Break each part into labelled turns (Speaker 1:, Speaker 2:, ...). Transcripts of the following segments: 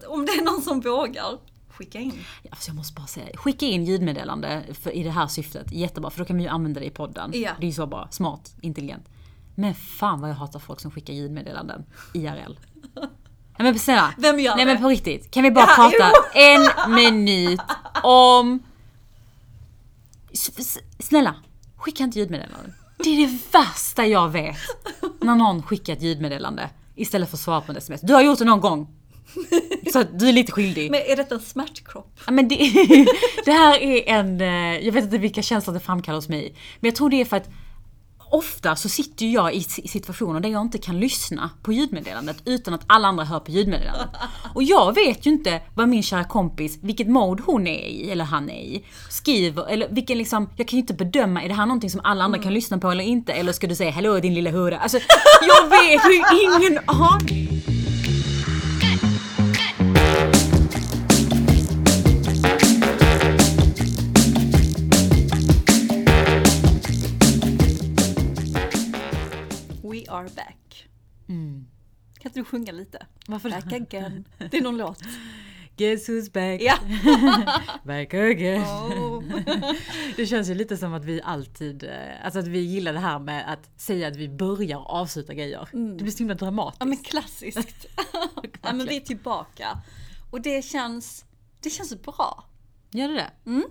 Speaker 1: det är någon som vågar, skicka in.
Speaker 2: Alltså jag måste bara säga Skicka in ljudmeddelande för, i det här syftet. Jättebra, för då kan vi ju använda det i podden.
Speaker 1: Ja.
Speaker 2: Det är ju så bra. Smart, intelligent. Men fan vad jag hatar folk som skickar ljudmeddelanden. IRL. Nej men snälla.
Speaker 1: Vem gör
Speaker 2: Nej
Speaker 1: det?
Speaker 2: men på riktigt. Kan vi bara
Speaker 1: Ja,
Speaker 2: prata en minut om... S- s- Snälla, skicka inte ljudmeddelanden. Det är det värsta jag vet. När någon skickar ett ljudmeddelande istället för att svara på en sms. Du har gjort det någon gång. Så att du är lite skyldig.
Speaker 1: Men är detta en smärtkropp?
Speaker 2: Ja, men det, det här är en... eh, Jag vet inte vilka känslor det framkallar hos mig. Men jag tror det är för att ofta så sitter ju jag i si- situationer där jag inte kan lyssna på ljudmeddelandet utan att alla andra hör på ljudmeddelandet. Och jag vet ju inte vad min kära kompis, vilket mode hon är i, eller han är i, skriver, eller vilken liksom, jag kan ju inte bedöma, är det här någonting som alla andra kan lyssna på eller inte? Eller ska du säga hallå din lilla hora? Alltså, jag vet ju ingen aning!
Speaker 1: We are back. Kan inte du sjunga lite?
Speaker 2: Varför
Speaker 1: Mm. Back again. Det är någon låt.
Speaker 2: Guess who's back,
Speaker 1: Ja.
Speaker 2: back again.
Speaker 1: Oh.
Speaker 2: Det känns ju lite som att vi alltid, eh, alltså att vi gillar det här med att säga att vi börjar och avslutar grejer. Det blir så himla dramatiskt.
Speaker 1: Ja men klassiskt. Mm. ja, men vi är tillbaka. Och det känns, det känns bra.
Speaker 2: Gör det det? Mm.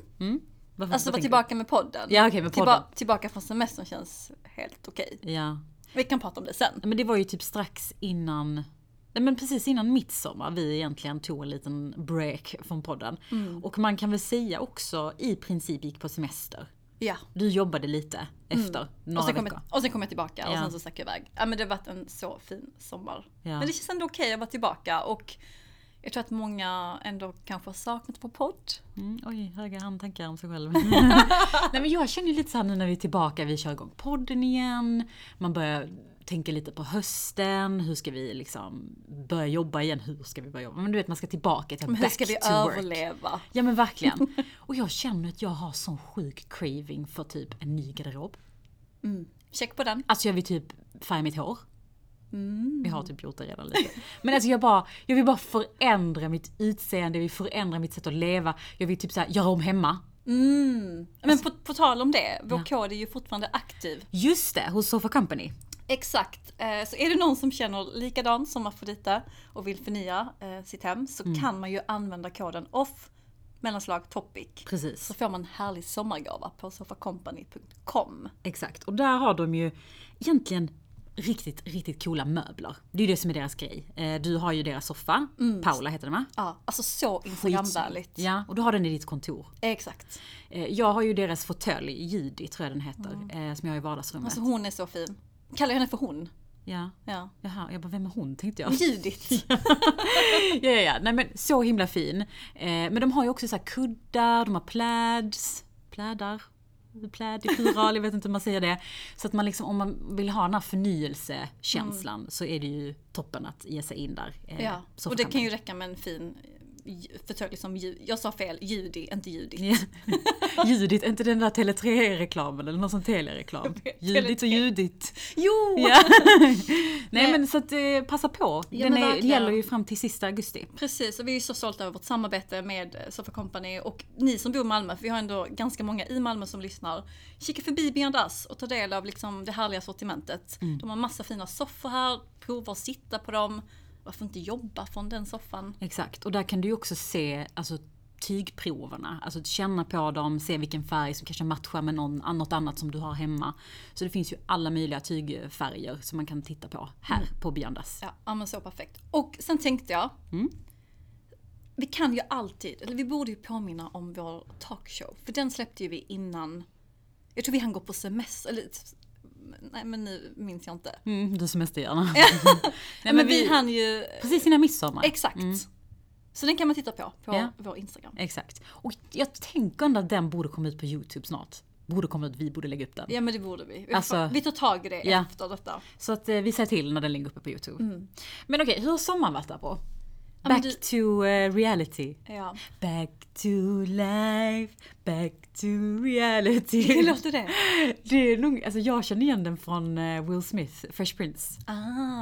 Speaker 2: Varför,
Speaker 1: Alltså
Speaker 2: vad
Speaker 1: vara
Speaker 2: tänker
Speaker 1: tillbaka med podden.
Speaker 2: du? Ja okej, med podden.
Speaker 1: Tillba- tillbaka från semestern känns helt okej.
Speaker 2: Ja.
Speaker 1: Vi kan prata om det sen.
Speaker 2: Men det var ju typ strax innan, nej men precis innan midsommar vi egentligen tog en liten break från podden.
Speaker 1: Mm.
Speaker 2: Och man kan väl säga också i princip gick på semester.
Speaker 1: Ja.
Speaker 2: Du jobbade lite efter
Speaker 1: Mm. Och
Speaker 2: några
Speaker 1: sen, kom
Speaker 2: veckor.
Speaker 1: jag, och sen kom jag tillbaka och
Speaker 2: Ja.
Speaker 1: sen så stack jag iväg. Ja men det har varit en så fin sommar.
Speaker 2: Ja.
Speaker 1: Men det känns ändå okej att vara tillbaka och jag tror att många ändå kanske har saknat på podd.
Speaker 2: Mm, oj, höga han tankar om sig själv. Nej men jag känner ju lite så här nu när vi är tillbaka, vi kör igång podden igen. Man börjar tänka lite på hösten, hur ska vi liksom börja jobba igen? Hur ska vi börja jobba? Men du vet man ska tillbaka till
Speaker 1: Men hur
Speaker 2: back
Speaker 1: ska vi
Speaker 2: to work.
Speaker 1: överleva?
Speaker 2: Ja men verkligen. Och jag känner att jag har sån sjuk craving för typ en ny garderob.
Speaker 1: Check på den.
Speaker 2: Alltså jag vill typ färga mitt hår.
Speaker 1: Mm.
Speaker 2: Jag har typ gjort det redan lite. Men alltså jag, bara, jag vill bara förändra mitt utseende, jag vill förändra mitt sätt att leva. Jag vill typ så här, göra om hemma.
Speaker 1: Men
Speaker 2: Alltså-
Speaker 1: på, på tal om det, vår kod är ju fortfarande aktiv.
Speaker 2: Just det, hos Sofa Company.
Speaker 1: Exakt. Eh, Så är det någon som känner likadant som Afrodite och vill förnya eh, sitt hem så
Speaker 2: Mm.
Speaker 1: kan man ju använda koden OFF mellanslag topic.
Speaker 2: Precis.
Speaker 1: Så får man en härlig sommargåva på sofacompany.com.
Speaker 2: Exakt. Och där har de ju egentligen riktigt, riktigt coola möbler. Det är ju det som är deras grej. Eh, Du har ju deras soffa, Paula heter den va?
Speaker 1: Ja, alltså Mm. så Instagramvänligt.
Speaker 2: Ja, och du har den i ditt kontor.
Speaker 1: Exakt.
Speaker 2: Eh, Jag har ju deras fåtölj, Judy tror jag den heter, eh, som jag har i vardagsrummet.
Speaker 1: Mm. Alltså hon är så fin. Kallar jag henne för hon?
Speaker 2: Ja.
Speaker 1: Ja.
Speaker 2: Jaha, jag bara vem är hon tänkte jag.
Speaker 1: Judith.
Speaker 2: ja, ja, ja. Nej men så himla fin. Eh, men de har ju också så här kuddar, de har pläds, plädar. Pläd i plural, jag vet inte hur man säger det. Så att man liksom, om man vill ha den här förnyelsekänslan så är det ju toppen att ge sig in där. eh,
Speaker 1: Mm. Ja.
Speaker 2: så
Speaker 1: Och det
Speaker 2: fram-
Speaker 1: kan ju räcka med en fin eh, ju- förtölj som ju- Jag sa fel, Judy, inte Judith.
Speaker 2: Judit, är inte den där Tele3-reklamen eller någon sån Telia-reklam? Judit och Judit.
Speaker 1: Jo!
Speaker 2: Ja. Nej men så att eh, passa på.
Speaker 1: Ja,
Speaker 2: den
Speaker 1: men
Speaker 2: är,
Speaker 1: verkligen.
Speaker 2: gäller ju fram till sista augusti.
Speaker 1: Precis, och vi är ju så stolta över vårt samarbete med eh, Sofa Company och ni som bor i Malmö, för vi har ändå ganska många i Malmö som lyssnar. Kika förbi Beyond Us och ta del av liksom det härliga sortimentet.
Speaker 2: Mm.
Speaker 1: De har massa fina soffor här, prova att sitta på dem. Varför inte jobba från den soffan?
Speaker 2: Exakt, och där kan du ju också se alltså, tygproverna. Alltså att känna på dem, se vilken färg som kanske matchar med någon, något annat som du har hemma. Så det finns ju alla möjliga tygfärger som man kan titta på här på Biondas.
Speaker 1: Mm. Ja, ja, men så perfekt. Och sen tänkte jag.
Speaker 2: Mm.
Speaker 1: Vi kan ju alltid, eller vi borde ju påminna om vår talkshow. För den släppte ju vi innan, jag tror vi hann gå på semester, eller nej men nu minns jag inte.
Speaker 2: Mm, du semesterhjärna.
Speaker 1: Nej, men vi, hann ju,
Speaker 2: Precis innan midsommar.
Speaker 1: exakt. Så den kan man titta på, på
Speaker 2: Mm. Ja.
Speaker 1: vår Instagram.
Speaker 2: Exakt. Och jag tänker ändå att den borde komma ut på Youtube snart. Borde komma ut, vi borde lägga upp den.
Speaker 1: Ja men det borde vi. Vi,
Speaker 2: Alltså-
Speaker 1: får, vi tar tag i det
Speaker 2: Ja.
Speaker 1: efter detta.
Speaker 2: Så att eh, vi säger till när den ligger uppe på Youtube. Men okej, hur har sommaren varit där på?
Speaker 1: Mm. Ja, men
Speaker 2: Back
Speaker 1: du,
Speaker 2: to eh, reality.
Speaker 1: ja.
Speaker 2: Back to life, back to reality.
Speaker 1: Hur låter det?
Speaker 2: Det är nog, alltså jag känner igen den från eh, Will Smith, Fresh Prince.
Speaker 1: Ah.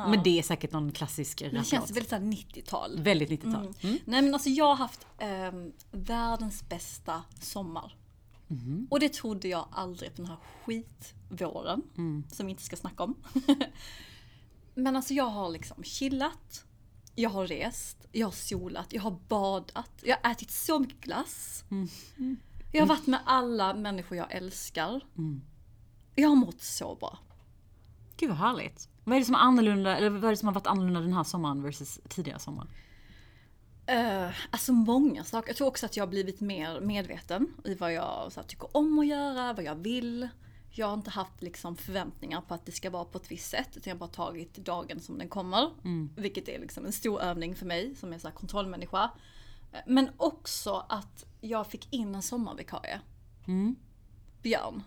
Speaker 2: Men det är säkert någon klassisk
Speaker 1: Men det känns
Speaker 2: rapplåt.
Speaker 1: väldigt såhär 90-tal.
Speaker 2: Väldigt 90-tal. Mm.
Speaker 1: Nej men alltså jag har haft ehm, världens bästa sommar. Och det trodde jag aldrig på den här skitvåren. Som vi inte ska snacka om. men alltså jag har liksom chillat. Jag har rest. Jag har solat. Jag har badat. Jag har ätit så mycket glass. Jag har varit med alla människor jag älskar. Jag har mått så bra.
Speaker 2: Gud vad härligt. Vad är det som är annorlunda, eller vad är det som har varit annorlunda den här sommaren versus tidigare sommar?
Speaker 1: Eh, alltså många saker. Jag tror också att jag har blivit mer medveten i vad jag så här, tycker om att göra, vad jag vill. Jag har inte haft liksom, förväntningar på att det ska vara på ett visst sätt utan jag har bara tagit dagen som den kommer. Vilket är liksom en stor övning för mig som är så här, kontrollmänniska. Eh, Men också att jag fick in en sommarvikarie.
Speaker 2: Mm.
Speaker 1: Björn.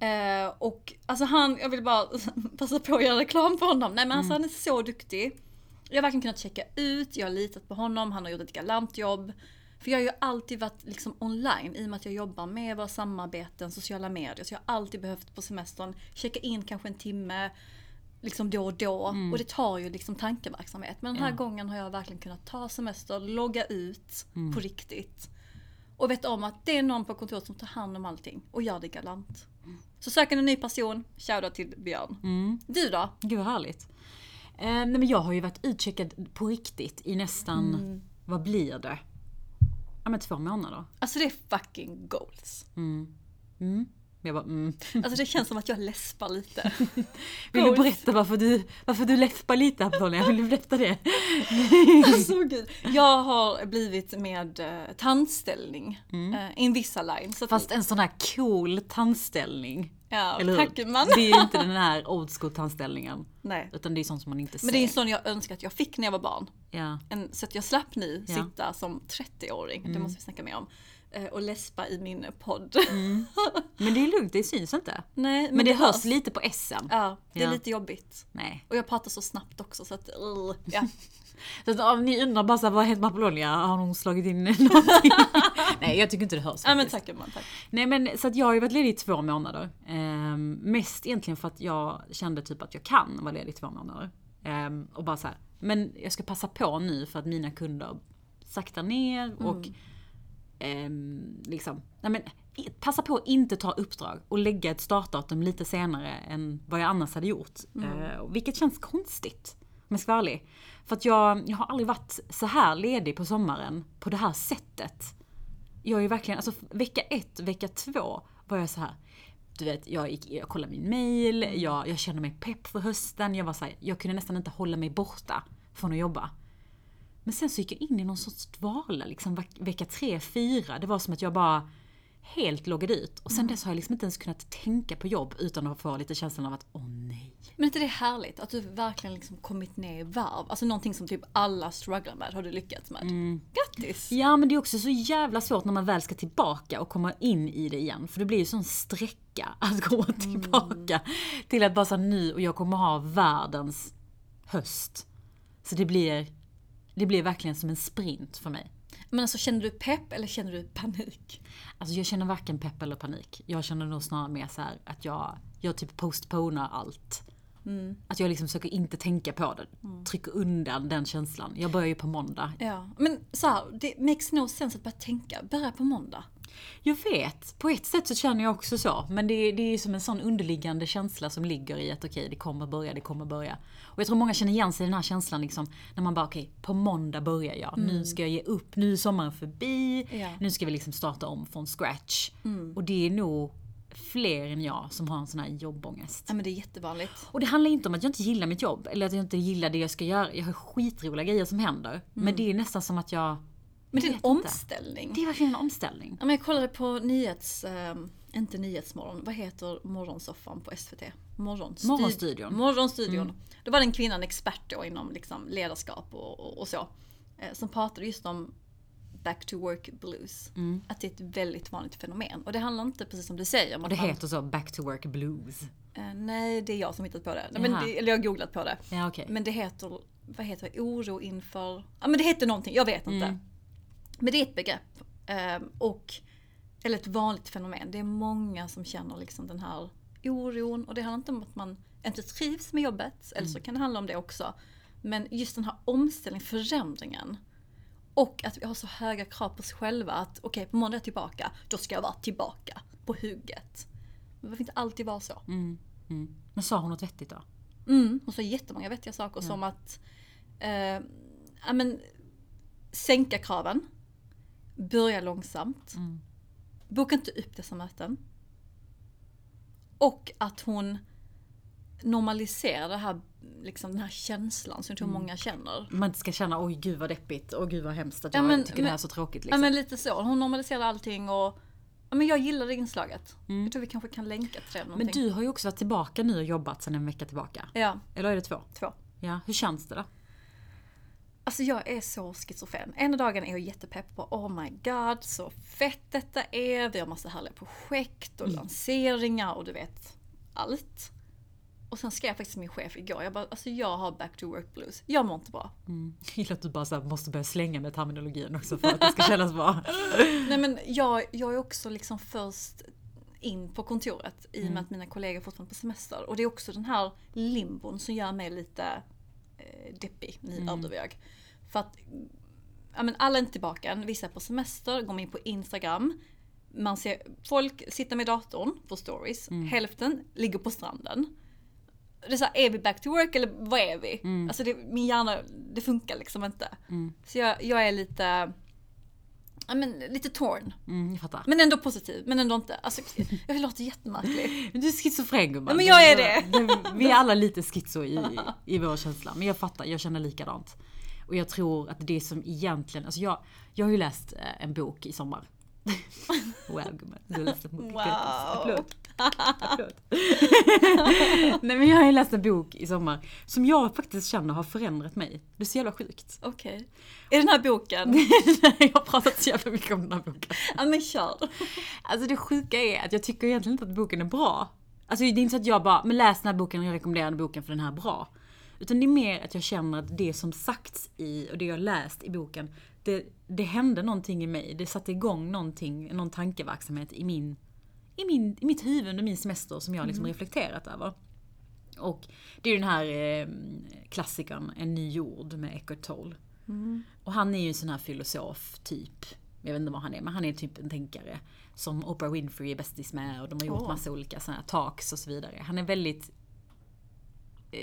Speaker 1: Eh, och alltså han, jag vill bara passa på att göra reklam för honom. Nej men alltså han är så duktig. Jag har verkligen kunnat checka ut, jag har litat på honom, han har gjort ett galant jobb. För jag har ju alltid varit liksom online i och med att jag jobbar med våra samarbeten, sociala medier. Så jag har alltid behövt på semestern checka in kanske en timme liksom då och då. Och det tar ju liksom tankeverksamhet. Men den här gången har jag verkligen kunnat ta semester, logga ut på riktigt. Och vet om att det är någon på kontoret som tar hand om allting och gör det galant. Så söker ni en ny person, shoutout till Björn. Du då?
Speaker 2: Gud vad härligt. Eh, nej men jag har ju varit utcheckad på riktigt i nästan, vad blir det? Ja men två månader.
Speaker 1: Alltså det är fucking goals.
Speaker 2: Mm. Jag bara, mm.
Speaker 1: Alltså det känns som att jag läspar lite.
Speaker 2: Vill
Speaker 1: Goals.
Speaker 2: du berätta varför du, varför du läppar lite Antonija? Vill du berätta det?
Speaker 1: Alltså gud. Jag har blivit med eh, tandställning.
Speaker 2: Mm.
Speaker 1: Eh, Invisalign. Så att,
Speaker 2: Fast en sån här cool tandställning.
Speaker 1: ja,
Speaker 2: Eller hur?
Speaker 1: tack man.
Speaker 2: Det är ju inte den här old school tandställningen.
Speaker 1: Nej.
Speaker 2: Utan det är sånt som man inte ser.
Speaker 1: Men det är en sån jag önskar att jag fick när jag var barn.
Speaker 2: ja.
Speaker 1: en, så att jag slapp nu
Speaker 2: Ja. Mm.
Speaker 1: sitta som 30-åring, det måste vi snacka mer om, eh, och läspa i min podd.
Speaker 2: men det är lugnt, det syns inte.
Speaker 1: Nej, men,
Speaker 2: Mm. Men det hörs lite på SN.
Speaker 1: Ja, det är
Speaker 2: Ja.
Speaker 1: lite jobbigt.
Speaker 2: Nej.
Speaker 1: Och jag pratar så snabbt också så att, uh, ja.
Speaker 2: Så att, om ni undrar bara så här, vad har hänt med Apollonia? Har hon slagit in någonting? Nej jag tycker inte det hörs.
Speaker 1: ja men
Speaker 2: faktiskt.
Speaker 1: tack man, tack.
Speaker 2: Nej men så att jag har ju varit ledig i två månader. Ehm, mest egentligen för att jag kände typ att jag kan vara ledig i två månader. Ehm, och bara så här, men jag ska passa på nu för att mina kunder saktar ner och ehm, liksom, nej men i- passa på att inte ta uppdrag och lägga ett startdatum lite senare än vad jag annars hade gjort. Ehm, vilket känns konstigt om jag ska vara ärlig. För att jag, jag har aldrig varit så här ledig på sommaren på det här sättet jag är ju verkligen, alltså vecka ett, vecka två var jag så här. Du vet, jag, gick, jag kollade min mail, jag, jag kände mig pepp för hösten. Jag var så här, jag kunde nästan inte hålla mig borta från att jobba. Men sen så gick jag in i någon sorts dvala, liksom veck- vecka tre, fyra. Det var som att jag bara helt loggade ut. Och sen dess har jag liksom inte ens kunnat tänka på jobb utan att få lite känslan av att åh nej.
Speaker 1: Men inte det är härligt att du verkligen liksom kommit ner i varv? Alltså någonting som typ alla strugglar med har du lyckats med. Grattis!
Speaker 2: Ja men det är också så jävla svårt när man väl ska tillbaka och komma in i det igen. För det blir ju sån sträcka att komma tillbaka till att bara så här, nu och jag kommer ha världens höst. Så det blir, det blir verkligen som en sprint för mig.
Speaker 1: Men alltså känner du pepp eller känner du panik?
Speaker 2: Alltså jag känner varken pepp eller panik. Jag känner nog snarare mer så här att jag, jag typ postponar allt. Att jag liksom försöker inte tänka på det. Trycker undan den känslan. Jag börjar ju på måndag.
Speaker 1: Ja, men så här, det makes no sense att börja tänka, börja på måndag.
Speaker 2: Jag vet. På ett sätt så känner jag också så. Men det, det är ju som en sån underliggande känsla som ligger i att okej, det kommer börja, det kommer börja. Och jag tror många känner igen sig i den här känslan liksom. När man bara okej, på måndag börjar jag. Nu ska jag ge upp. Nu är sommaren förbi.
Speaker 1: Ja.
Speaker 2: Nu ska vi liksom starta om från scratch. Och det är nog fler än jag som har en sån här jobbångest.
Speaker 1: Ja men det är jättevanligt.
Speaker 2: Och det handlar inte om att jag inte gillar mitt jobb eller att jag inte gillar det jag ska göra. Jag har skitroliga grejer som händer. Men det är nästan som att jag...
Speaker 1: Men det är en
Speaker 2: Jag vet inte.
Speaker 1: omställning.
Speaker 2: Det är verkligen en omställning.
Speaker 1: Ja, men jag kollade på nyhets... Eh, inte Nyhetsmorgon, vad heter morgonsoffan på SVT? Morgonstudi-
Speaker 2: Morgonstudion. Mm.
Speaker 1: Morgonstudion. Då var det en kvinna, en expert då inom liksom ledarskap och, och, och så. Eh, som pratade just om back to work blues.
Speaker 2: Mm.
Speaker 1: Att det är ett väldigt vanligt fenomen. Och det handlar inte precis som du säger om
Speaker 2: Och
Speaker 1: att
Speaker 2: det
Speaker 1: man-
Speaker 2: heter så, back to work blues.
Speaker 1: Eh, nej, det är jag som hittat på det. Nej, men
Speaker 2: Jaha.
Speaker 1: det. Eller jag har googlat på det.
Speaker 2: Ja okej.
Speaker 1: Men det heter vad heter det, oro inför, ja men det heter någonting, jag vet inte. Men det är ett begrepp. eh, Och, eller ett vanligt fenomen. Det är många som känner liksom den här oron och det handlar inte om att man inte trivs med jobbet, eller så kan det handla om det också. Men just den här omställningen, förändringen. Och att vi har så höga krav på oss själva att okej, på måndag är jag tillbaka, då ska jag vara tillbaka på hugget. Men det får inte alltid vara så.
Speaker 2: Mm. Men sa hon något vettigt då?
Speaker 1: Mm, hon sa jättemånga vettiga saker som att eh, ja, men, sänka kraven, börja långsamt, boka inte upp dessa möten. Och att hon normaliserar det här, liksom, den här känslan som jag tror många känner.
Speaker 2: Man inte ska känna oj gud vad deppigt och gud vad hemskt att
Speaker 1: Ja,
Speaker 2: jag
Speaker 1: men-
Speaker 2: tycker det
Speaker 1: men-
Speaker 2: här är så tråkigt.
Speaker 1: Ja,
Speaker 2: Liksom.
Speaker 1: men lite så, hon normaliserar allting och ja, men jag gillar det inslaget. Jag tror vi kanske kan länka till det eller
Speaker 2: men
Speaker 1: någonting.
Speaker 2: du har ju också varit tillbaka nu och jobbat sedan en vecka tillbaka.
Speaker 1: Ja,
Speaker 2: Eller är det två?
Speaker 1: två.
Speaker 2: Ja, hur känns det då?
Speaker 1: Alltså jag är så schizofren. Ena dagen är jag jättepepp på oh my god så fett detta är. Vi har massa härliga projekt och lanseringar och du vet allt. Och sen skrev jag faktiskt till min chef igår. Jag bara alltså jag har back to work blues. Jag mår inte bra.
Speaker 2: Jag gillar att du bara så här måste börja slänga med terminologin också för att det ska kännas bra.
Speaker 1: Nej men jag, jag är också liksom först in på kontoret i och med att mina kollegor är fortfarande på semester. Och det är också den här limbon som gör mig lite eh, deppig. Nu överdriver jag. För att ja, men alla är inte tillbaka än. Vissa är på semester, går in på Instagram. Man ser folk sitta med datorn på stories. Hälften ligger på stranden. Det är så här, är vi back to work eller vad är vi? Alltså det, min hjärna, det funkar liksom inte. Så jag, jag är lite, ja, men, lite torn.
Speaker 2: Mm, jag fattar.
Speaker 1: Men ändå positiv, men ändå inte. Alltså, jag låter jättemärklig.
Speaker 2: Men Du är schizofren gumman.
Speaker 1: Ja, men jag är
Speaker 2: Du- Vi är alla lite schizo i, i vår känsla. Men jag fattar, jag känner likadant. Och jag tror att det som egentligen, alltså jag, jag har ju läst eh, en bok i sommar. Wow gumman, du har läst en bok. Applåd. Applåd. Nej men jag har ju läst en bok i sommar som jag faktiskt känner har förändrat mig. Det är så jävla sjukt.
Speaker 1: Okej. Är den här boken?
Speaker 2: jag har pratat så jävla mycket om den här boken.
Speaker 1: Ja men kör.
Speaker 2: Alltså det sjuka är att jag tycker egentligen inte att boken är bra. Alltså det är inte så att jag bara, men läs den här boken och jag rekommenderar den här boken för den här är bra. Utan det är mer att jag känner att det som sagts i och det jag läst i boken, det, det hände någonting i mig. Det satte igång någonting, någon tankeverksamhet i, min, i, min, i mitt huvud under min semester som jag
Speaker 1: Mm.
Speaker 2: liksom reflekterat över. Och det är ju den här eh, klassikern En ny jord med Eckhart Tolle.
Speaker 1: Mm.
Speaker 2: Och han är ju en sån här filosof typ. Jag vet inte vad han är, men han är typ en tänkare. Som Oprah Winfrey är bästis med och de har gjort
Speaker 1: Åh.
Speaker 2: massa olika såna här talks och så vidare. Han är väldigt eh,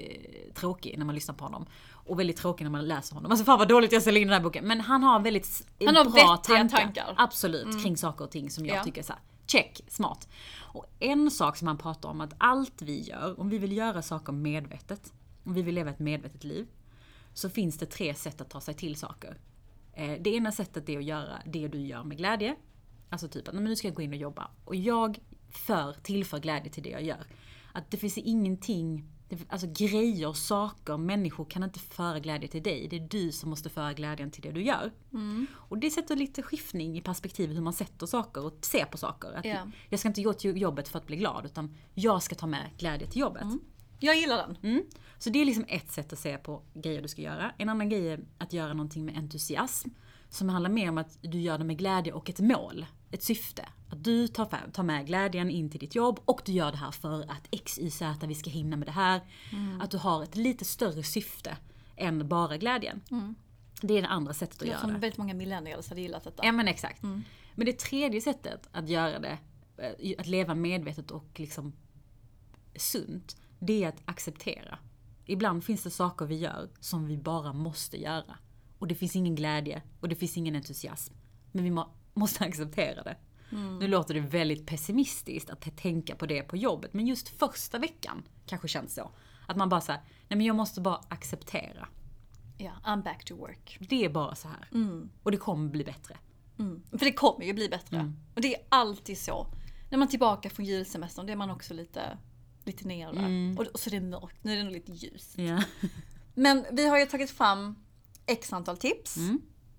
Speaker 2: tråkig när man lyssnar på honom. Och väldigt tråkig när man läser honom. Alltså fan vad dåligt jag säljer in den här boken. Men han har väldigt s-
Speaker 1: Han har
Speaker 2: bra
Speaker 1: vettiga
Speaker 2: tankar.
Speaker 1: tankar.
Speaker 2: Absolut, kring saker och ting som jag
Speaker 1: Ja.
Speaker 2: tycker är så här, check, smart. Och en sak som han pratar om att allt vi gör, om vi vill göra saker medvetet, om vi vill leva ett medvetet liv, så finns det tre sätt att ta sig till saker. Eh, Det ena sättet är att göra det du gör med glädje. Alltså typ att "Nej, men nu ska jag gå in och jobba. Och jag för, tillför glädje till det jag gör. Att det finns ingenting, det- alltså grejer, saker, människor kan inte föra glädje till dig. Det är du som måste föra glädjen till det du gör. Och det sätter lite skiftning i perspektivet hur man sätter saker och ser på saker. Att
Speaker 1: Ja.
Speaker 2: Jag ska inte gå till jobbet för att bli glad utan jag ska ta med glädje till jobbet.
Speaker 1: Jag gillar den.
Speaker 2: Mm. Så det är liksom ett sätt att se på grejer du ska göra. En annan grej är att göra någonting med entusiasm. Som handlar mer om att du gör det med glädje och ett mål. Ett syfte. Att du tar, fram, tar med glädjen in till ditt jobb och du gör det här för att X, Y, Z, vi ska hinna med det här. Att du har ett lite större syfte än bara glädjen. Det är det andra sättet att
Speaker 1: Jag
Speaker 2: göra
Speaker 1: tror
Speaker 2: Mm. det.
Speaker 1: väldigt många millennials hade gillat detta.
Speaker 2: Ja men exakt. Men det tredje sättet att göra det, eh, att leva medvetet och liksom sunt, det är att acceptera. Ibland finns det saker vi gör som vi bara måste göra. Och det finns ingen glädje och det finns ingen entusiasm. Men vi må, måste acceptera det. Nu låter det väldigt pessimistiskt att tänka på det på jobbet, men just första veckan kanske känns så. Att man bara såhär, nej men jag måste bara acceptera.
Speaker 1: Ja, I'm back to work.
Speaker 2: Det är bara så här. Och det kommer bli bättre.
Speaker 1: För det kommer ju bli bättre.
Speaker 2: Mm.
Speaker 1: Och det är alltid så. När man är tillbaka från julsemestern, då är man också lite, lite nere.
Speaker 2: Mm.
Speaker 1: Och, och så är det mörkt, nu är det nog lite ljus.
Speaker 2: Ja.
Speaker 1: Men vi har ju tagit fram x antal tips.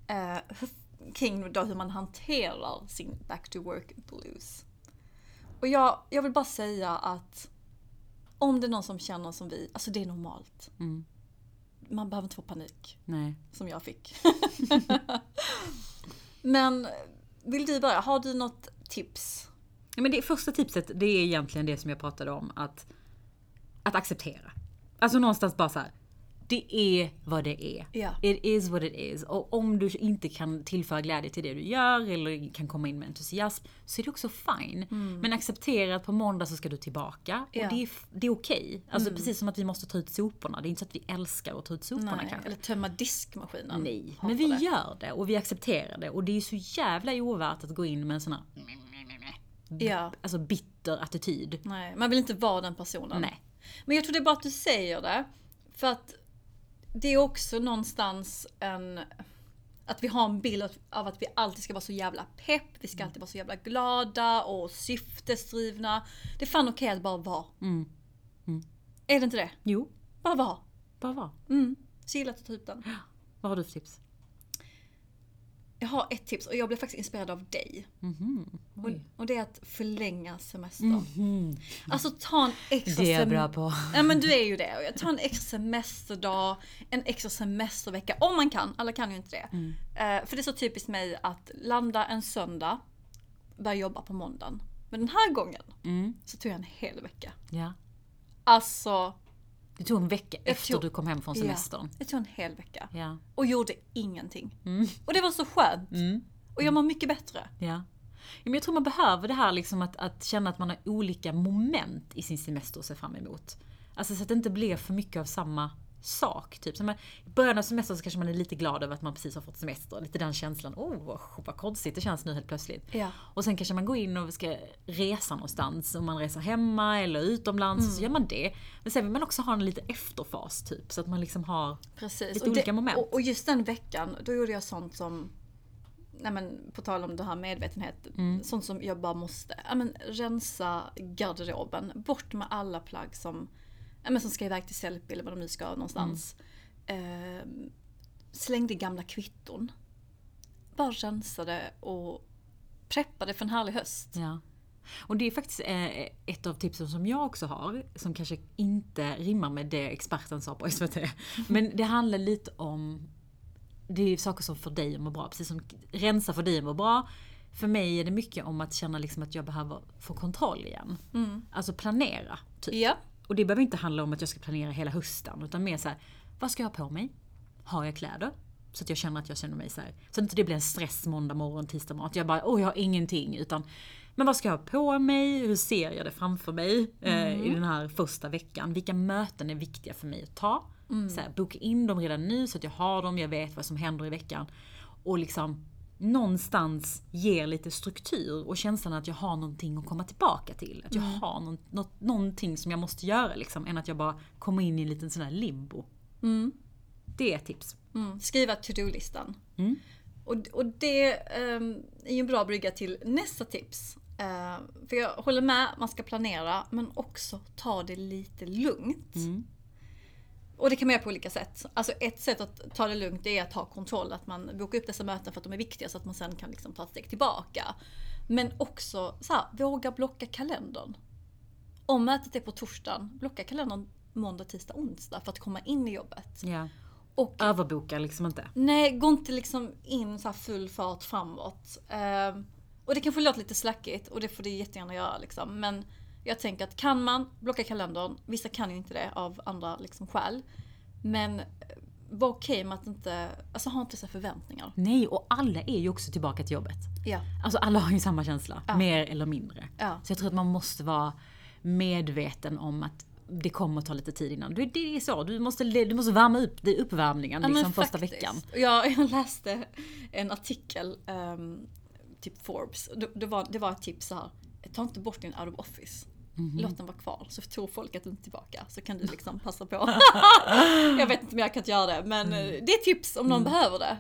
Speaker 1: Eh, hur- kring då hur man hanterar sin back to work blues. Och jag, jag vill bara säga att om det är någon som känner som vi, alltså det är normalt. man behöver inte få panik
Speaker 2: Nej.
Speaker 1: som jag fick. Men vill du börja? Har du något tips?
Speaker 2: Ja, men det första tipset det är egentligen det som jag pratade om. Att, att acceptera. Alltså någonstans bara så här. Det är vad det är.
Speaker 1: Ja.
Speaker 2: It is what it is. Och om du inte kan tillföra glädje till det du gör eller kan komma in med entusiasm så är det också fine. Men acceptera att på måndag så ska du tillbaka.
Speaker 1: Mm. Ja. Mm.
Speaker 2: Och det är, f- det är okej. Alltså precis som att vi måste ta ut soporna. Det är inte så att vi älskar att ta ut soporna
Speaker 1: Nej,
Speaker 2: kanske.
Speaker 1: eller tömma diskmaskinen.
Speaker 2: Nej,
Speaker 1: Hatar
Speaker 2: men vi
Speaker 1: det.
Speaker 2: gör det och vi accepterar det. Och det är ju så jävla ovärt att gå in med en sån här
Speaker 1: Ja.
Speaker 2: alltså, bitter attityd.
Speaker 1: Nej, man vill inte vara den personen.
Speaker 2: Nej.
Speaker 1: Men jag tror det är bara att du säger det. För att det är också någonstans en... Att vi har en bild av- av att vi alltid ska vara så jävla pepp, vi
Speaker 2: Mm.
Speaker 1: ska alltid vara så jävla glada och syftesdrivna. Det är fan okej att bara vara.
Speaker 2: Mm.
Speaker 1: Är det inte det?
Speaker 2: Jo,
Speaker 1: Bara vara.
Speaker 2: bara vara.
Speaker 1: Mm. Så gillar jag att ta ut den.
Speaker 2: Vad har du för tips?
Speaker 1: Jag har ett tips och jag blev faktiskt inspirerad av dig.
Speaker 2: Mhm.
Speaker 1: Och, och det är att förlänga semestern. Alltså ta en extra
Speaker 2: Det är jag
Speaker 1: sem-
Speaker 2: bra på.
Speaker 1: Ja men du är ju det. Och jag tar en extra semesterdag, en extra semestervecka. Om man kan, alla kan ju inte det. Eh, för det är så typiskt mig att landa en söndag, börja jobba på måndagen. Men den här gången så tog jag en hel vecka.
Speaker 2: Ja.
Speaker 1: Alltså,
Speaker 2: Det tog en vecka efter
Speaker 1: tog-
Speaker 2: du kom hem från semestern.
Speaker 1: Ja, jag tog en hel vecka.
Speaker 2: Ja.
Speaker 1: Och gjorde ingenting. Och det var så skönt. Och jag mår mycket bättre.
Speaker 2: ja. Ja, Men jag tror man behöver det här liksom att, att känna att man har olika moment i sin semester att se fram emot. Alltså så att det inte blir för mycket av samma sak. Typ. Så man, I början av semestern så kanske man är lite glad över att man precis har fått semester. Lite den känslan. Oh, vad, vad konstigt det känns nu helt plötsligt.
Speaker 1: Ja.
Speaker 2: Och sen kanske man går in och ska resa någonstans. Om man reser hemma eller utomlands så gör man det. Men sen vill man också ha en lite efterfas typ. Så att man liksom har...
Speaker 1: Precis.
Speaker 2: Lite
Speaker 1: och
Speaker 2: olika moment.
Speaker 1: Och, och just den veckan, då gjorde jag sånt som Nej men på tal om det här medvetenhet.
Speaker 2: Mm.
Speaker 1: Sånt som jag bara måste. Ja, men, rensa garderoben. Bort med alla plagg som, ja, men, som ska iväg till Sellpy eller vad de nu ska någonstans. Ehm, slängde gamla kvitton. Bara rensade och preppade för en härlig höst.
Speaker 2: Ja. Och det är faktiskt eh, ett av tipsen som jag också har, som kanske inte rimmar med det experten sa på SVT. Men det handlar lite om, det är saker som för dig att må bra, precis som rensa för dig att må bra. För mig är det mycket om att känna liksom att jag behöver få kontroll igen. Alltså planera. Typ.
Speaker 1: Ja.
Speaker 2: Och det behöver inte handla om att jag ska planera hela hösten. Utan mer så här, vad ska jag ha på mig? Har jag kläder? Så att jag känner att jag känner mig så här. Så att inte det blir en stress måndag morgon, tisdag morgon. Att jag bara, åh jag har ingenting. Utan, men vad ska jag ha på mig? Hur ser jag det framför mig? Eh, I den här första veckan. Vilka möten är viktiga för mig att ta? Så här, boka in dem redan nu så att jag har dem, jag vet vad som händer i veckan. Och liksom någonstans ger lite struktur och känslan att jag har någonting att komma tillbaka till. Att jag har någon, något, någonting som jag måste göra liksom, än att jag bara kommer in i en liten sån här limbo. Mm. Det är ett tips.
Speaker 1: Mm. Skriva to-do-listan. Och, och det ehm, är ju en bra brygga till nästa tips. Ehm, för jag håller med, man ska planera men också ta det lite lugnt. Och det kan man göra på olika sätt. Alltså ett sätt att ta det lugnt det är att ha kontroll, att man bokar upp dessa möten för att de är viktiga så att man sen kan liksom ta ett steg tillbaka. Men också så här, våga blocka kalendern. Om mötet är på torsdagen, blocka kalendern måndag, tisdag, onsdag för att komma in i jobbet.
Speaker 2: Ja.
Speaker 1: Och
Speaker 2: Överboka liksom inte.
Speaker 1: Nej, gå inte liksom in så här full fart framåt. Ehm, och det kanske låter lite slackigt och det får det jättegärna göra liksom. Men jag tänker att kan man blocka kalendern, vissa kan ju inte det av andra liksom skäl. Men eh, var okej med att inte, alltså ha inte så här förväntningar.
Speaker 2: Nej, och alla är ju också tillbaka till jobbet.
Speaker 1: Ja.
Speaker 2: Alltså alla har ju samma känsla, mer eller mindre.
Speaker 1: Ja.
Speaker 2: Så jag tror att man måste vara medveten om att det kommer ta lite tid innan. Du, det är så, du måste, du måste värma upp, det är uppvärmningen
Speaker 1: Ja,
Speaker 2: liksom
Speaker 1: men
Speaker 2: första
Speaker 1: faktiskt.
Speaker 2: veckan.
Speaker 1: Och Jag, jag läste en artikel, ehm, typ Forbes. Det, det, var, det var ett tips så här. Ta inte bort din out of office.
Speaker 2: Mhm.
Speaker 1: Låt den vara kvar så tror folk att du inte är tillbaka. Så kan du liksom passa på. jag vet inte om jag kan göra det men eh, det är tips om någon behöver det.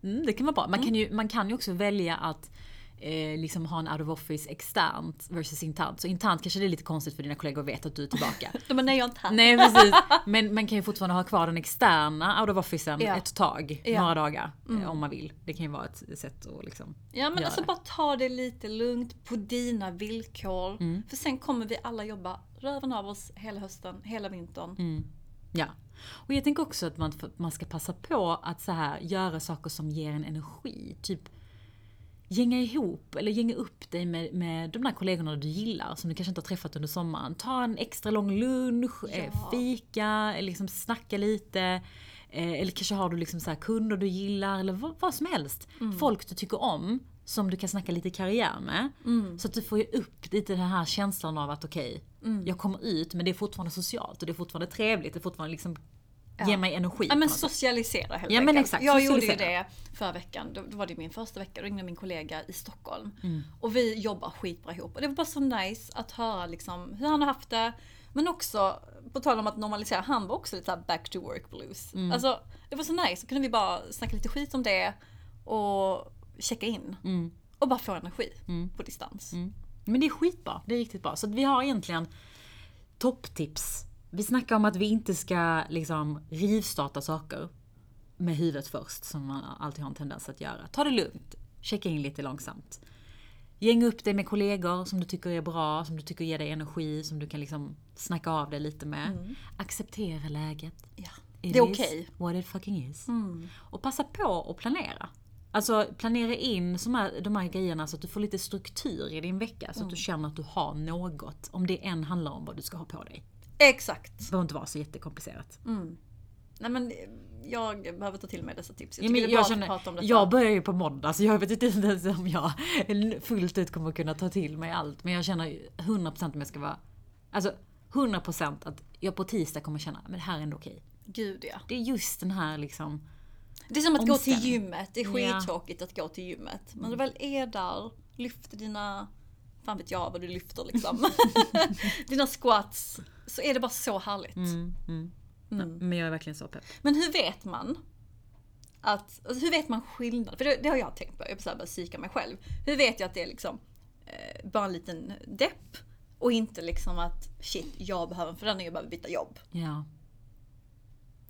Speaker 2: Mm, det kan vara bra. Man kan ju, man kan ju också välja att eh, liksom ha en out of office externt versus internt. Så internt kanske det är lite konstigt för dina kollegor vet att du är tillbaka.
Speaker 1: De bara nej jag är inte här.
Speaker 2: Nej precis. Men man kan ju fortfarande ha kvar den externa out of officen
Speaker 1: Ja.
Speaker 2: ett tag.
Speaker 1: Ja. Mm.
Speaker 2: Några dagar. eh, Om man vill. Det kan ju vara ett sätt att liksom...
Speaker 1: Ja men
Speaker 2: Gör
Speaker 1: alltså
Speaker 2: det.
Speaker 1: bara ta det lite lugnt på dina
Speaker 2: Mm.
Speaker 1: villkor. För sen kommer vi alla jobba röven av oss hela hösten, hela vintern.
Speaker 2: Ja. Och jag tänker också att man, man ska passa på att så här, göra saker som ger en energi. Typ gänga ihop eller gänga upp dig med, med de där kollegorna du gillar som du kanske inte har träffat under sommaren. Ta en extra lång lunch, eh,
Speaker 1: Ja.
Speaker 2: fika, eh, liksom snacka lite. Eh, eller kanske har du liksom så här kunder du gillar eller vad, vad som helst.
Speaker 1: Mm.
Speaker 2: Folk du tycker om som du kan snacka lite karriär med.
Speaker 1: Mm.
Speaker 2: Så att du får ju upp lite den här känslan av att okej,
Speaker 1: Mm.
Speaker 2: jag kommer ut men det är fortfarande socialt och det är fortfarande trevligt. Det är fortfarande liksom ger mig energi.
Speaker 1: Ja
Speaker 2: på
Speaker 1: men
Speaker 2: något sätt.
Speaker 1: socialisera helt
Speaker 2: Alltså. Ja, men
Speaker 1: enkelt.
Speaker 2: exakt,
Speaker 1: jag gjorde ju
Speaker 2: socialisera.
Speaker 1: det förra veckan. Då, då var det min första vecka. Då ringde min kollega i Stockholm.
Speaker 2: Mm.
Speaker 1: Och vi jobbar skitbra ihop. Och det var bara så nice att höra liksom, hur han har haft det. Men också, på tal om att normalisera, han var också lite såhär back to work blues.
Speaker 2: Mm.
Speaker 1: Alltså, det var så nice. Då kunde vi bara snacka lite skit om det och checka in.
Speaker 2: Mm.
Speaker 1: Och bara få energi på distans.
Speaker 2: Men det är skitbra. Det är riktigt bra. Så att vi har egentligen topptips. Vi snackar om att vi inte ska liksom rivstarta saker med huvudet först, som man alltid har en tendens att göra. Ta det lugnt. Checka in lite långsamt. Gänga upp dig med kollegor som du tycker är bra, som du tycker ger dig energi, som du kan liksom snacka av dig lite med. Acceptera läget.
Speaker 1: Ja.
Speaker 2: It
Speaker 1: Det är
Speaker 2: is
Speaker 1: okej. Mm.
Speaker 2: What it fucking is. Och passa på att planera. Alltså planera in som här, de här grejerna så att du får lite struktur i din vecka. Så
Speaker 1: Mm.
Speaker 2: att du känner att du har något. Om det än handlar om vad du ska ha på dig.
Speaker 1: Exakt.
Speaker 2: Det behöver inte vara så jättekomplicerat.
Speaker 1: Mm, Nej men jag behöver ta till mig dessa tips. Jag
Speaker 2: Ja,
Speaker 1: tycker
Speaker 2: men
Speaker 1: det är bra
Speaker 2: jag,
Speaker 1: att prata om
Speaker 2: känner,
Speaker 1: detta.
Speaker 2: jag börjar ju på måndag så jag vet inte ens om jag fullt ut kommer kunna ta till mig allt. Men jag känner ju 100% om jag ska vara... Alltså 100% att jag på tisdag kommer känna men det här är ändå okej.
Speaker 1: Gud ja.
Speaker 2: Det är just den här liksom...
Speaker 1: Det är som att
Speaker 2: Om
Speaker 1: gå
Speaker 2: sen.
Speaker 1: till gymmet. Det är
Speaker 2: Ja.
Speaker 1: skittråkigt att gå till gymmet. Men du väl är där, lyfter dina... Fan vet jag vad du lyfter liksom. dina squats. Så är det bara så härligt. Mm.
Speaker 2: Men jag är verkligen så pepp.
Speaker 1: Men hur vet man? Att, alltså, hur vet man skillnad? För det, det har jag tänkt på. Jag har börjat psyka mig själv. Hur vet jag att det är liksom eh, bara en liten depp? Och inte liksom att shit, jag behöver en förändring, jag behöver byta jobb.
Speaker 2: Ja.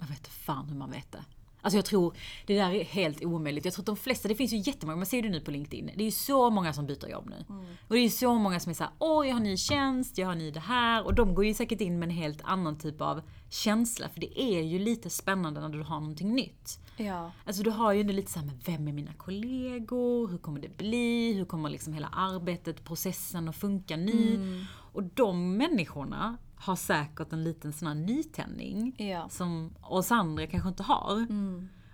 Speaker 2: Jag vet inte fan hur man vet det. Alltså jag tror det där är helt omöjligt. Jag tror att de flesta, det finns ju jättemånga, man ser det nu på LinkedIn. Det är ju så många som byter jobb nu. Och det är ju så många som är såhär, åh jag har ny tjänst, jag har ny det här. Och de går ju säkert in med en helt annan typ av känsla. För det är ju lite spännande när du har någonting nytt.
Speaker 1: Ja.
Speaker 2: Alltså du har ju ändå lite såhär, men vem är mina kollegor? Hur kommer det bli? Hur kommer liksom hela arbetet, processen att funka ny?
Speaker 1: Mm.
Speaker 2: Och de människorna har säkert en liten sån här nytändning
Speaker 1: Ja. Mm.
Speaker 2: som oss andra kanske inte har.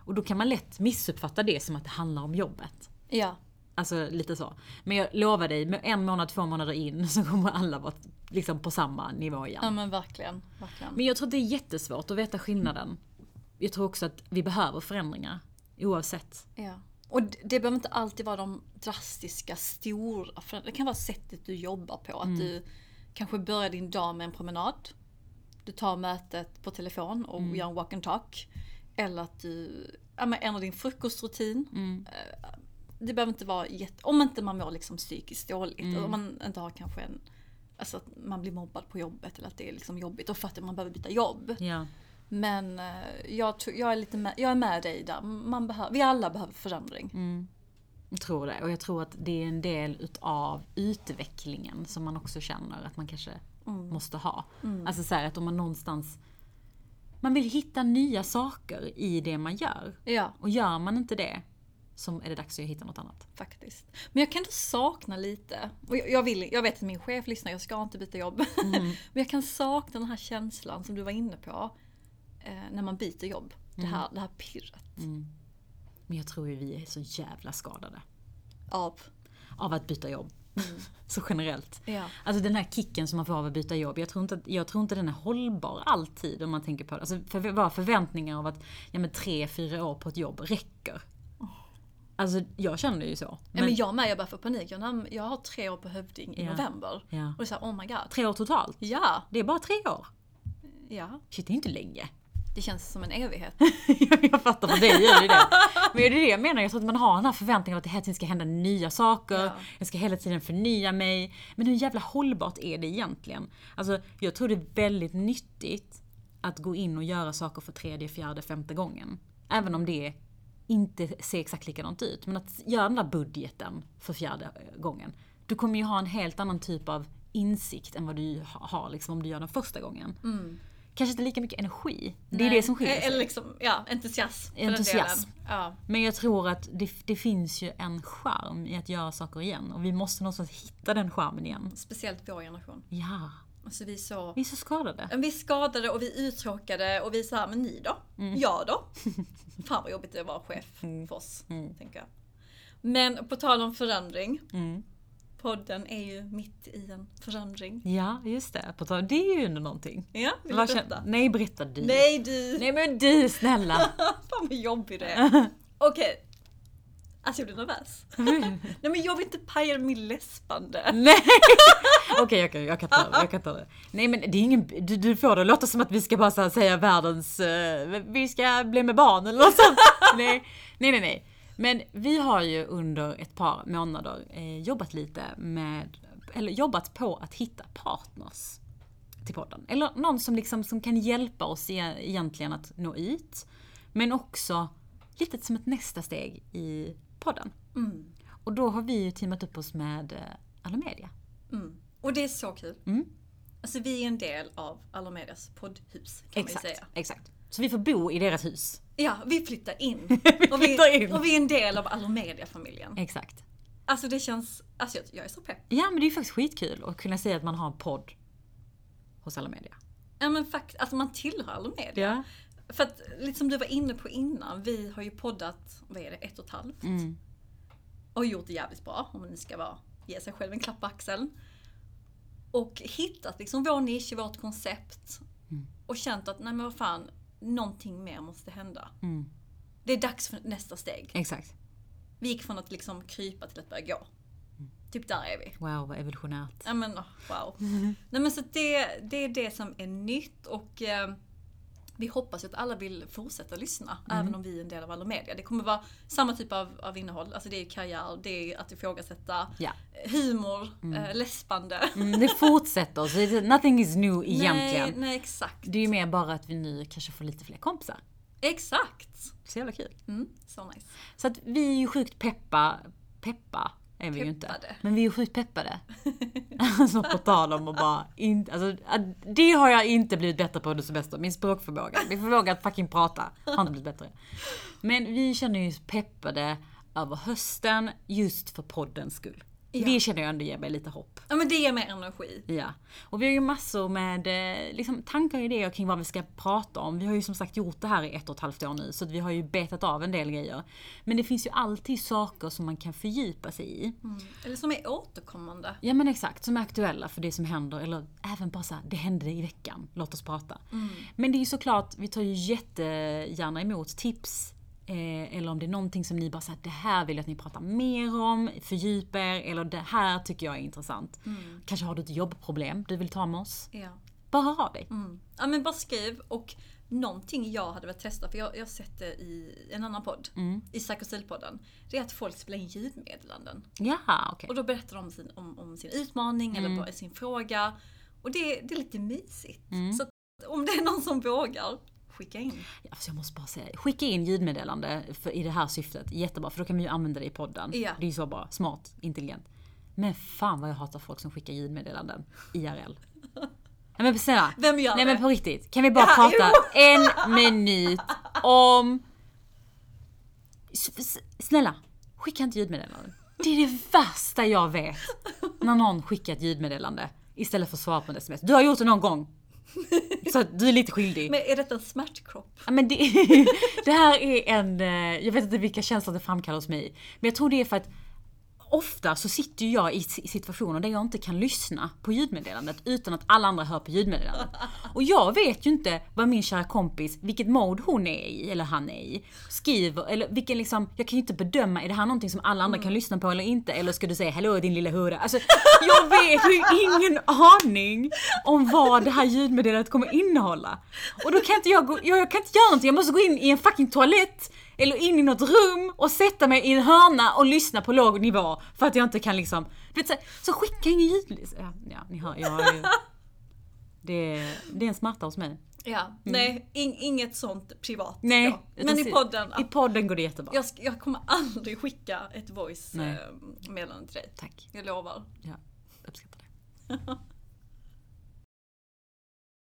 Speaker 2: Och då kan man lätt missuppfatta det som att det handlar om jobbet.
Speaker 1: Ja.
Speaker 2: Alltså lite så. Men jag lovar dig, med en månad, två månader in så kommer alla vara liksom på samma nivå igen.
Speaker 1: Ja men verkligen. verkligen.
Speaker 2: Men jag tror att det är jättesvårt att veta skillnaden. Jag tror också att vi behöver förändringar. Oavsett.
Speaker 1: Ja. Och d- det behöver inte alltid vara de drastiska, stora förändringarna. Det kan vara sättet du jobbar på. Att du kanske börjar din dag med en promenad. Du tar mötet på telefon och gör en walk and talk. Eller att du ja, men ändrar din frukostrutin. Eh, Det behöver inte vara jätte... Om inte man mår liksom psykiskt dåligt. Om man inte har kanske en... Alltså att man blir mobbad på jobbet eller att det är liksom jobbigt. Och för att man behöver byta jobb.
Speaker 2: Ja.
Speaker 1: Men eh, jag, tror- jag, är lite med, jag är med dig där. Man behöver, vi alla behöver förändring.
Speaker 2: Mm. Jag tror det. Och jag tror att det är en del utav utvecklingen som man också känner att man kanske måste ha. Alltså så här att om man någonstans... Man vill hitta nya saker i det man gör.
Speaker 1: Ja,
Speaker 2: Och gör man inte det så är det dags att hitta något annat.
Speaker 1: faktiskt. Men jag kan ändå sakna lite. Och jag, jag, vill, jag vet att min chef lyssnar, jag ska inte byta jobb.
Speaker 2: Mm.
Speaker 1: Men jag kan sakna den här känslan som du var inne på. Eh, när man byter jobb.
Speaker 2: Mm.
Speaker 1: Det, här, det här pirret
Speaker 2: Men jag tror ju vi är så jävla skadade
Speaker 1: av...
Speaker 2: av att byta jobb. så generellt.
Speaker 1: Ja.
Speaker 2: Alltså den här kicken som man får av att byta jobb. Jag tror inte, att- jag tror inte den är hållbar alltid om man tänker på det. Alltså för, våra förväntningar av att ja, men tre, fyra år på ett jobb räcker. Alltså jag känner ju så.
Speaker 1: Men, men jag med, jag börjar få panik. Jag, nam- jag har tre år på Hövding i
Speaker 2: Ja.
Speaker 1: november.
Speaker 2: Ja.
Speaker 1: Och det är såhär, oh my god.
Speaker 2: Tre år totalt.
Speaker 1: Ja,
Speaker 2: Det är bara tre år.
Speaker 1: ja.
Speaker 2: Shit, det är inte länge.
Speaker 1: Det känns som en evighet.
Speaker 2: jag fattar vad det gör ju det. Men det är det jag menar. Jag tror att man har den här förväntningen att det hela tiden ska hända nya saker.
Speaker 1: Ja.
Speaker 2: Jag ska hela tiden förnya mig. Men hur jävla hållbart är det egentligen? Alltså, jag tror det är väldigt nyttigt att gå in och göra saker för tredje, fjärde, femte gången. Även om det inte ser exakt likadant ut. Men att göra den där budgeten för fjärde eh, gången. Du kommer ju ha en helt annan typ av insikt än vad du ha- har liksom, om du gör den första gången. kanske inte lika mycket energi. Det är
Speaker 1: Mm. Nej.
Speaker 2: det som skiljer
Speaker 1: Eller
Speaker 2: sig.
Speaker 1: liksom, ja, entusiasm. för den
Speaker 2: Entusiasm.
Speaker 1: delen. Ja.
Speaker 2: Men jag tror att det, det finns ju en charm i att göra saker igen och vi måste någonstans hitta den charmen igen.
Speaker 1: Speciellt vår generation.
Speaker 2: Ja,
Speaker 1: Alltså vi är så...
Speaker 2: vi är så skadade.
Speaker 1: Vi är skadade och vi är uttråkade och vi är så här, men ni då?
Speaker 2: Mm.
Speaker 1: Jag då? Fan vad jobbigt det var chef för oss, tänker jag. Men på tal om förändring.
Speaker 2: Mm.
Speaker 1: Podden är ju mitt i en förändring.
Speaker 2: Ja, just det. På tal- det är ju ändå någonting.
Speaker 1: Ja, vill du
Speaker 2: Vad kän-
Speaker 1: berätta?
Speaker 2: Nej, berätta du.
Speaker 1: Nej du!
Speaker 2: Nej men du snälla!
Speaker 1: Fan vad jobbig du är. Okej. Alltså jag blir nervös. Nej men jag vill inte paja min läspande.
Speaker 2: Nej! Okej, jag, kan, jag, kan ta, jag kan ta det. Nej men det är ingen, du, du får det att låta som att vi ska bara så här säga världens, eh, vi ska bli med barn eller något sånt. nej, nej, nej, nej. Men vi har ju under ett par månader eh, jobbat lite med, eller jobbat på att hitta partners till podden. Eller någon som, liksom, som kan hjälpa oss e- egentligen att nå ut. Men också lite som ett nästa steg i podden.
Speaker 1: Mm,
Speaker 2: Och då har vi ju teamat upp oss med eh, Alumedia.
Speaker 1: mm. Och det är så kul.
Speaker 2: Mm.
Speaker 1: Alltså vi är en del av Alomedias poddhus kan
Speaker 2: Exakt,
Speaker 1: man ju säga.
Speaker 2: exakt. Så vi får bo i deras hus.
Speaker 1: Ja, vi flyttar in. och,
Speaker 2: flyttar
Speaker 1: vi,
Speaker 2: in.
Speaker 1: och vi är en del av Alomedia-familjen.
Speaker 2: Exakt.
Speaker 1: Alltså det känns, alltså jag, jag är så pepp.
Speaker 2: Ja men det är ju faktiskt skitkul att kunna säga att man har en podd hos Alumedia.
Speaker 1: Ja men faktiskt, alltså man tillhör Alomedia.
Speaker 2: Ja.
Speaker 1: För att lite som du var inne på innan, vi har ju poddat, vad är det, ett och ett halvt?
Speaker 2: Mm.
Speaker 1: Och gjort det jävligt bra, om man nu ska vara, ge sig själv en klapp på axeln. Och hittat liksom vår nisch, vårt koncept.
Speaker 2: Mm.
Speaker 1: Och känt att, nej men vad fan, någonting mer måste hända.
Speaker 2: Mm.
Speaker 1: Det är dags för nästa steg.
Speaker 2: Exakt.
Speaker 1: Vi gick från att liksom krypa till att börja gå.
Speaker 2: Mm.
Speaker 1: Typ där är vi.
Speaker 2: Wow vad evolutionärt.
Speaker 1: Ja men åh, wow. Nej men så det, det är det som är nytt och eh, vi hoppas ju att alla vill fortsätta lyssna.
Speaker 2: Mm.
Speaker 1: Även om vi är en del av alla media. Det kommer vara samma typ av, av innehåll. Alltså det är karriär, det är att ifrågasätta,
Speaker 2: Ja.
Speaker 1: humor, eh, läspande.
Speaker 2: Mm, det fortsätter, så det- nothing is new egentligen.
Speaker 1: Nej, nej exakt.
Speaker 2: Det är ju mer bara att vi nu kanske får lite fler kompisar.
Speaker 1: Exakt!
Speaker 2: Så jävla kul.
Speaker 1: Mm, så nice.
Speaker 2: Så att vi är ju sjukt peppa, peppa är vi ju inte.
Speaker 1: Peppade.
Speaker 2: Men vi är ju sjukt peppade. alltså på tal om att bara inte, alltså, att- det har jag inte blivit bättre på under semestern. Min språkförmåga, min förmåga att fucking prata har inte blivit bättre. Men vi känner ju oss peppade över hösten just för poddens skull.
Speaker 1: Ja.
Speaker 2: Det känner jag ändå ger mig lite hopp.
Speaker 1: Ja men det ger mig energi.
Speaker 2: Ja, och vi har ju massor med eh, liksom, tankar och idéer kring vad vi ska prata om. Vi har ju som sagt gjort det här i ett och ett halvt år nu, så att vi har ju betat av en del grejer. Men det finns ju alltid saker som man kan fördjupa sig i.
Speaker 1: Mm. Eller som är återkommande.
Speaker 2: Ja men exakt, som är aktuella för det som händer, eller även bara så här, det hände i veckan, låt oss prata. Men det är ju såklart, vi tar ju jättegärna emot tips, eh, eller om det är någonting som ni bara säger det här vill jag att ni pratar mer om, fördjupa er, eller det här tycker jag är intressant. Kanske har du ett jobbproblem du vill ta med oss?
Speaker 1: Ja.
Speaker 2: Bara hör av dig.
Speaker 1: Mm. Ja men bara skriv och någonting jag hade velat testa, för jag, jag har sett det i en annan podd,
Speaker 2: Mm.
Speaker 1: i Psyk och stilpodden, det är att folk spelar in ljudmeddelanden.
Speaker 2: Ja, okej.
Speaker 1: Och då berättar de om sin, om, om sin utmaning
Speaker 2: Mm.
Speaker 1: eller bara sin fråga. Och det, det är lite mysigt.
Speaker 2: Mm.
Speaker 1: Så att, om det är någon som vågar, skicka in.
Speaker 2: Alltså jag måste bara säga, skicka in ljudmeddelande för, i det här syftet. Jättebra, för då kan vi ju använda det i podden.
Speaker 1: Ja.
Speaker 2: Det är ju så bra, smart, intelligent. Men fan vad jag hatar folk som skickar ljudmeddelanden IRL. Nej men snälla.
Speaker 1: Vem gör
Speaker 2: Nej
Speaker 1: det?
Speaker 2: men på riktigt. Kan vi bara
Speaker 1: Ja,
Speaker 2: prata en minut om... S- s- Snälla, skicka inte ljudmeddelanden. Det är det värsta jag vet. När någon skickar ett ljudmeddelande istället för att svara på en sms. Du har gjort det någon gång. Så att du är lite skyldig.
Speaker 1: Men är detta en smärtkropp?
Speaker 2: Ja, men det, det här är en, eh, jag vet inte vilka känslor det framkallar hos mig. Men jag tror det är för att ofta så sitter ju jag i si- situationer där jag inte kan lyssna på ljudmeddelandet utan att alla andra hör på ljudmeddelandet. Och jag vet ju inte vad min kära kompis, vilket mode hon är i eller han är i, skriver eller vilken liksom, jag kan ju inte bedöma, är det här någonting som alla andra kan lyssna på eller inte? Eller ska du säga hallå din lilla hora? Alltså jag vet ju ingen aning om vad det här ljudmeddelandet kommer innehålla. Och då kan inte jag gå, jag, jag kan inte göra någonting, jag måste gå in i en fucking toalett eller in i något rum och sätta mig i en hörna och lyssna på låg nivå för att jag inte kan liksom... Du vet, så, så skicka ingen ljud... Ja, ja, ni hör, jag är ju... Det är, det är en smärta hos mig.
Speaker 1: Ja, nej, in, inget sånt privat.
Speaker 2: Mm. Nej.
Speaker 1: Ja. Men i
Speaker 2: precis.
Speaker 1: podden,
Speaker 2: I podden går det jättebra.
Speaker 1: jag, ska- jag kommer aldrig skicka ett
Speaker 2: Nej.
Speaker 1: voice-meddelande till dig.
Speaker 2: Tack.
Speaker 1: Jag lovar.
Speaker 2: Jag uppskattar det.